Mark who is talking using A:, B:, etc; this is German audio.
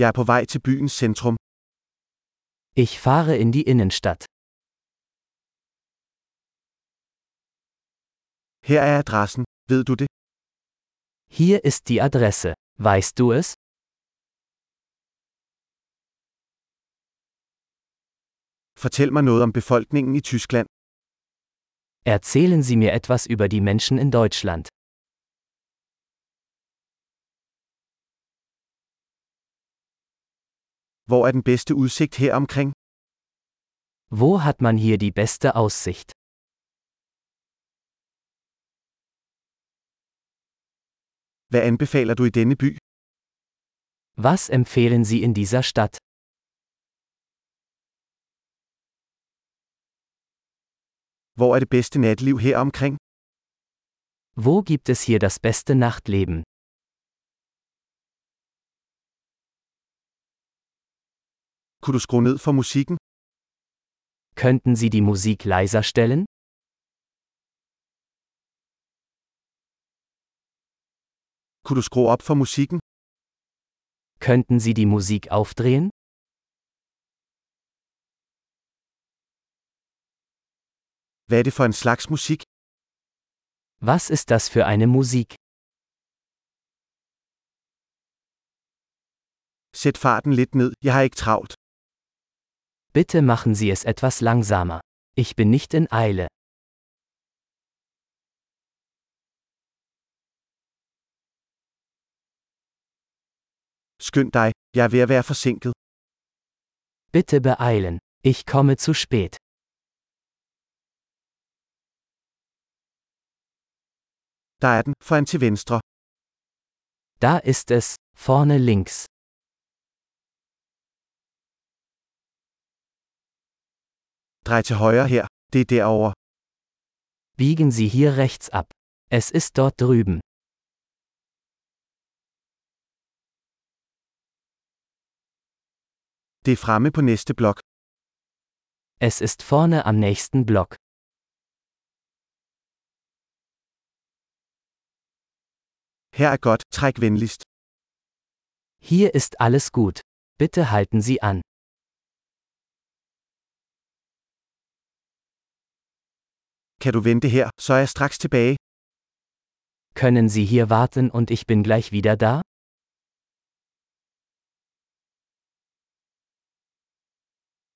A: Jeg er på vej til byens centrum.
B: Ich fahre in die Innenstadt.
A: Her er adressen. Ved du det?
B: Hier ist die Adresse. Weißt du es?
A: Fortæl mig noget om befolkningen i Tyskland.
B: Erzählen Sie mir etwas über die Menschen in Deutschland.
A: Hvor er den bedste udsigt her omkring?
B: Wo hat man hier die beste Aussicht?
A: Hvad anbefaler du i denne by?
B: Was empfehlen Sie in dieser Stadt?
A: Hvor er det bedste natliv her omkring?
B: Wo gibt es hier das beste Nachtleben?
A: Kunne du skrue ned for musikken?
B: Könnten Sie die Musik leiser stellen?
A: Kunne du skrue op for musikken?
B: Könnten Sie die Musik aufdrehen?
A: Hvad er det for en slags musik?
B: Was ist das für eine Musik?
A: Sæt farten lidt ned, jeg har ikke travlt.
B: Bitte machen Sie es etwas langsamer. Ich bin nicht in Eile.
A: Skynd dig, jeg er ved at være forsinket.
B: Bitte beeilen. Ich komme zu spät.
A: Der er den, foran til venstre.
B: Da ist es, vorne links.
A: Drej til højre her, det er derovre.
B: Biegen Sie hier rechts ab. Es ist dort drüben.
A: Det er fremme på næste blok.
B: Es ist vorne am nächsten Block.
A: Her er godt, træk venligst.
B: Hier ist alles gut. Bitte halten Sie an.
A: Kan du vente her, så er jeg straks tilbage.
B: Können Sie hier warten und ich bin gleich wieder da?